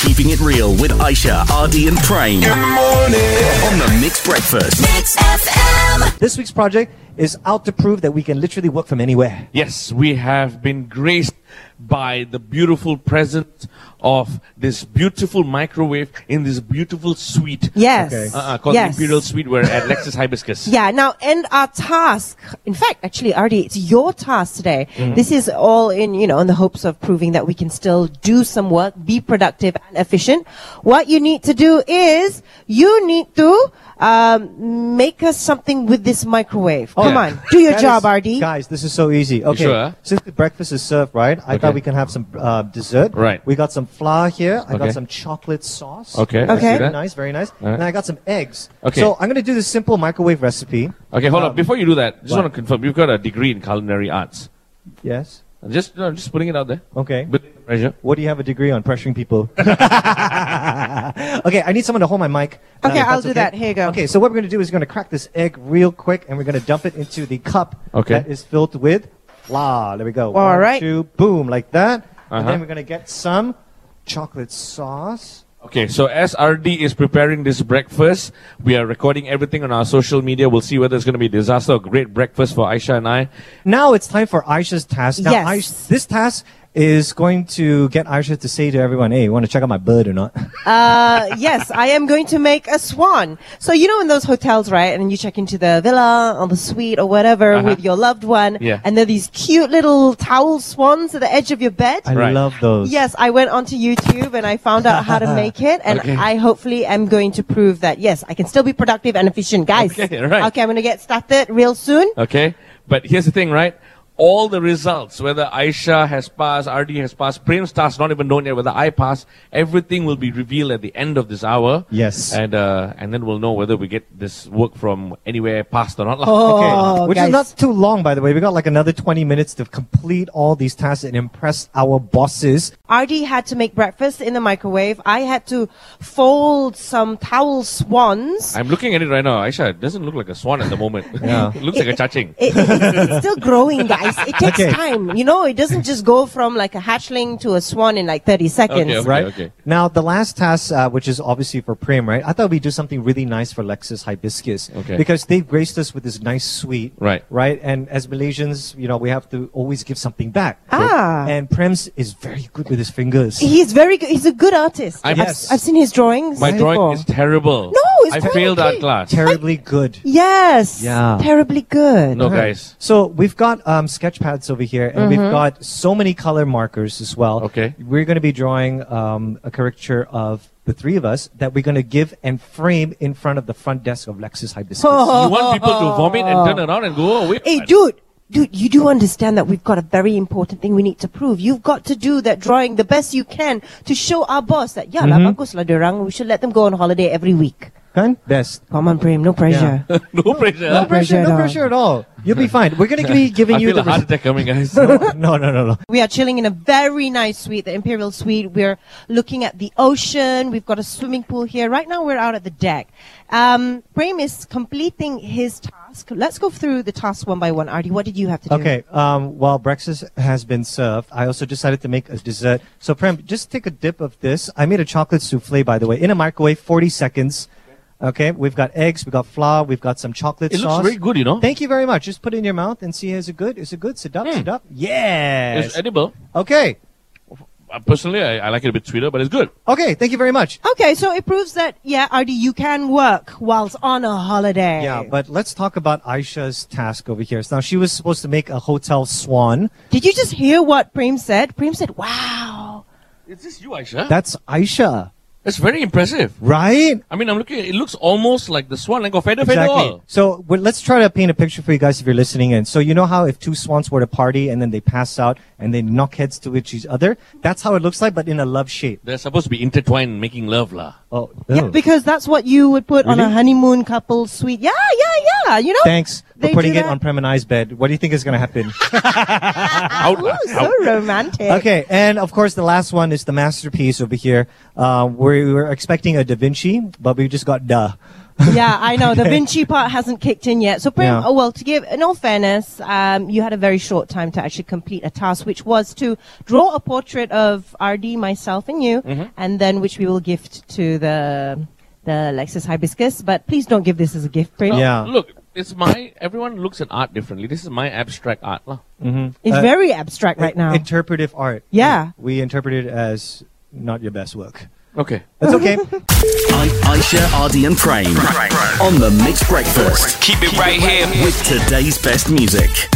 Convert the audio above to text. Keeping It Real with Aisha, Ardy, and Prane morning. on the Mixed Breakfast. Mix FM. This week's project is out to prove that we can literally work from anywhere. Yes, we have been graced by the beautiful presence of this beautiful microwave in this beautiful suite. Yes. Okay. Uh, uh, called yes. the Imperial Suite, we're at Lexus Hibiscus. Yeah, now, and our task, in fact, actually, Ardi, it's your task today. Mm-hmm. This is all in, you know, in the hopes of proving that we can still do some work, be productive and efficient. What you need to do is you need to um, make us something with this microwave. Come Oh, yeah. on, do your That job, is- Ardi. Guys, this is so easy. Okay, sure? since the breakfast is served, right? I Okay. thought we can have some uh, dessert. Right. We got some flour here. I Okay. got some chocolate sauce. Okay, I That's see Very that. nice, very nice. Alright. And I got some eggs. Okay. So I'm gonna do this simple microwave recipe. Okay, hold on. Um, Before you do that, just what? want to confirm you've got a degree in culinary arts. Yes. I'm just, no, I'm just putting it out there. Okay. Building the pressure. What do you have a degree on? Pressuring people. okay, I need someone to hold my mic. uh, Okay, if I'll that's do that. Here you go. Okay, so what we're going to do is we're going to crack this egg real quick, and we're going to dump it into the cup Okay. that is filled with flour. There we go. All One, right. two, boom, like that. Uh-huh. And then we're going to get some chocolate sauce. Okay, so as RD is preparing this breakfast, we are recording everything on our social media. We'll see whether it's going to be a disaster or great breakfast for Aisha and I. Now it's time for Aisha's task. Now, Yes. Aish- this task is going to get Aisha to say to everyone, "Hey, you want to check out my bird or not?" Uh, yes, I am going to make a swan. So you know in those hotels, right? And you check into the villa or the suite or whatever Uh-huh. with your loved one. Yeah. And there are these cute little towel swans at the edge of your bed. I Right. love those. Yes, I went onto YouTube and I found out how to make it, and Okay. I hopefully am going to prove that yes, I can still be productive and efficient, guys. Okay, all right. Okay, I'm gonna get started real soon. Okay? But here's the thing, right? All the results, whether Aisha has passed, RD has passed, Prem's task not even known yet, whether I pass, everything will be revealed at the end of this hour. Yes. And uh, and then we'll know whether we get this work from anywhere passed or not. lah. Okay. Oh, Which guys. is not too long, by the way. We got like another 20 minutes to complete all these tasks and impress our bosses. RD had to make breakfast in the microwave. I had to fold some towel swans. I'm looking at it right now. Aisha, it doesn't look like a swan at the moment. Yeah. it looks like a chaching. It, it, it's, it's still growing, guys. It takes Okay. time. You know, it doesn't just go from like a hatchling to a swan in like 30 seconds. Okay, Right. okay. Now the last task, uh, which is obviously for Prem, right? I thought we'd do something really nice for Lexus Hibiscus, Okay. Because they've graced us with this nice suite, Right. Right. And as Malaysians, you know, we have to always give something back. Ah. And Prem's is very good with his fingers. He's very good. He's a good artist. I'm- I've, Yes. I've seen his drawings. My drawing before. is terrible. No, it's I quite failed okay. art class. Terribly good. Yes. Yeah. Terribly good. Uh-huh. no, guys. So we've got um, sketch pads over here, and we've got so many color markers as well. Okay. We're going to be drawing um, a caricature of the three of us that we're going to give and frame in front of the front desk of Lexus Hibiscus. You want people to vomit and turn around and go away. Hey, dude. Dude, you do understand that we've got a very important thing we need to prove. You've got to do that drawing the best you can to show our boss that, yeah, Mm-hmm. lah, bagus lah dorang. We should let them go on holiday every week. Kan? Best. Come on, Prem, no pressure. no pressure. No pressure, pressure at no all. pressure at all. You'll be fine. We're going to be giving I you the feel a heart res- attack coming, guys. no, no, no, no. We are chilling in a very nice suite, the Imperial Suite. We're looking at the ocean. We've got a swimming pool here. Right now, we're out at the deck. Um, Prem is completing his task. Let's go through the tasks one by one. Artie, what did you have to do? Okay. Um, while breakfast has been served, I also decided to make a dessert. So Prem, just take a dip of this. I made a chocolate souffle, by the way, in a microwave, 40 seconds. Okay. We've got eggs, we've got flour, we've got some chocolate It looks sauce. very good, you know? Thank you very much. Just put it in your mouth and see is it good? Is it good? Sit up, sit up. Yes. Hmm. It's edible. okay. Uh, Personally, I, I like it a bit sweeter, but it's good. Okay. Thank you very much. Okay, so it proves that, yeah, Artie, you can work whilst on a holiday. Yeah, but let's talk about Aisha's task over here. Now she was supposed to make a hotel swan. Did you just hear what Prem said? Prem said, wow. Is this you, Aisha? That's Aisha, That's very impressive. right? I mean, I'm looking. It looks almost like the swan, like a feather, feather. Exactly. all. So well, let's try to paint a picture for you guys if you're listening in. So you know how if two swans were to party and then they pass out and they knock heads to each other, that's how it looks like, but in a love shape. They're supposed to be intertwined, making love, lah. Oh, Yeah, ew. because that's what you would put on a Really? honeymoon couple suite. Yeah, yeah, yeah. You know? thanks for They putting do it that. on Prem and I's bed. What do you think is going to happen? Ah. Out, Oh, so romantic. okay, and of course the last one is the masterpiece over here. Uh, we were expecting a Da Vinci, but we just got duh. yeah, I know. The Vinci part hasn't kicked in yet. So, Prem, Yeah. oh, well, to give, in all fairness, um, you had a very short time to actually complete a task, which was to draw a portrait of RD, myself, and you, Mm-hmm. and then which we will gift to the the Lexus Hibiscus. But please don't give this as a gift, Prem. Yeah. Look, it's my everyone looks at art differently. This is my abstract art. lah. It's Uh, very abstract right now. Interpretive art. Yeah. We interpret it as not your best work. Okay. That's okay. I- Aisha, Ardy, and Prane on the Mixed Breakfast Keep it right here. with today's best music.